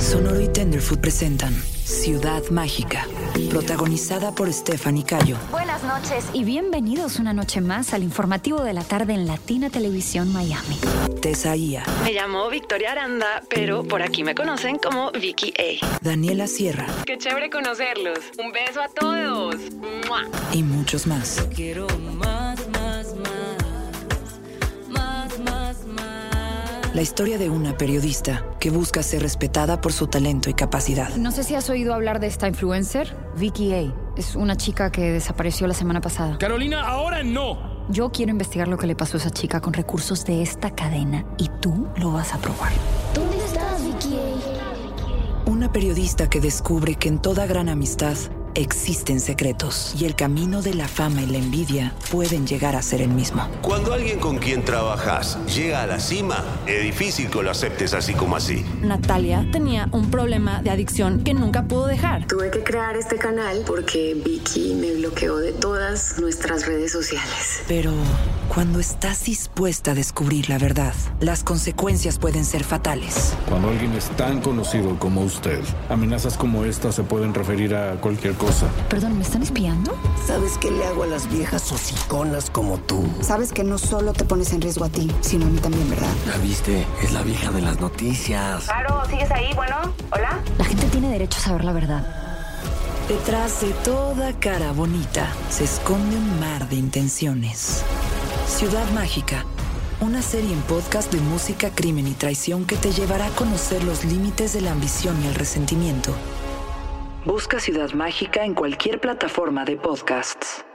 Sonoro y Tenderfoot presentan Ciudad Mágica, protagonizada por Stephanie Cayo. Buenas noches y bienvenidos una noche más al informativo de la tarde en Latina Televisión Miami. Tessa Ia, Me llamo Victoria Aranda, pero por aquí me conocen como Vicky A. Daniela Sierra Qué chévere conocerlos. Un beso a todos. ¡Mua! y muchos más. Quiero más, más, más. Más, más, más. La historia de una periodista que busca ser respetada por su talento y capacidad. No sé si has oído hablar de esta influencer, Vicky A. Es una chica que desapareció la semana pasada. Carolina, ahora no. Yo quiero investigar lo que le pasó a esa chica con recursos de esta cadena y tú lo vas a probar. ¿Dónde estás, Vicky? Una periodista que descubre que en toda gran amistad existen secretos y el camino de la fama y la envidia pueden llegar a ser el mismo. Cuando alguien con quien trabajas llega a la cima, es difícil que lo aceptes así como así. Natalia tenía un problema de adicción que nunca pudo dejar. Tuve que crear este canal porque Vicky me bloqueó de todas nuestras redes sociales. Pero cuando estás dispuesta a descubrir la verdad, las consecuencias pueden ser fatales. Cuando alguien es tan conocido como usted, amenazas como esta se pueden referir a cualquier cosa. Perdón, ¿me están espiando? ¿Sabes qué le hago a las viejas hociconas como tú? Sabes que no solo te pones en riesgo a ti, sino a mí también, ¿verdad? ¿La viste? Es la vieja de las noticias. La gente tiene derecho a saber la verdad. Detrás de toda cara bonita se esconde un mar de intenciones. Ciudad Mágica, una serie en podcast de música, crimen y traición que te llevará a conocer los límites de la ambición y el resentimiento. Busca Ciudad Mágica en cualquier plataforma de podcasts.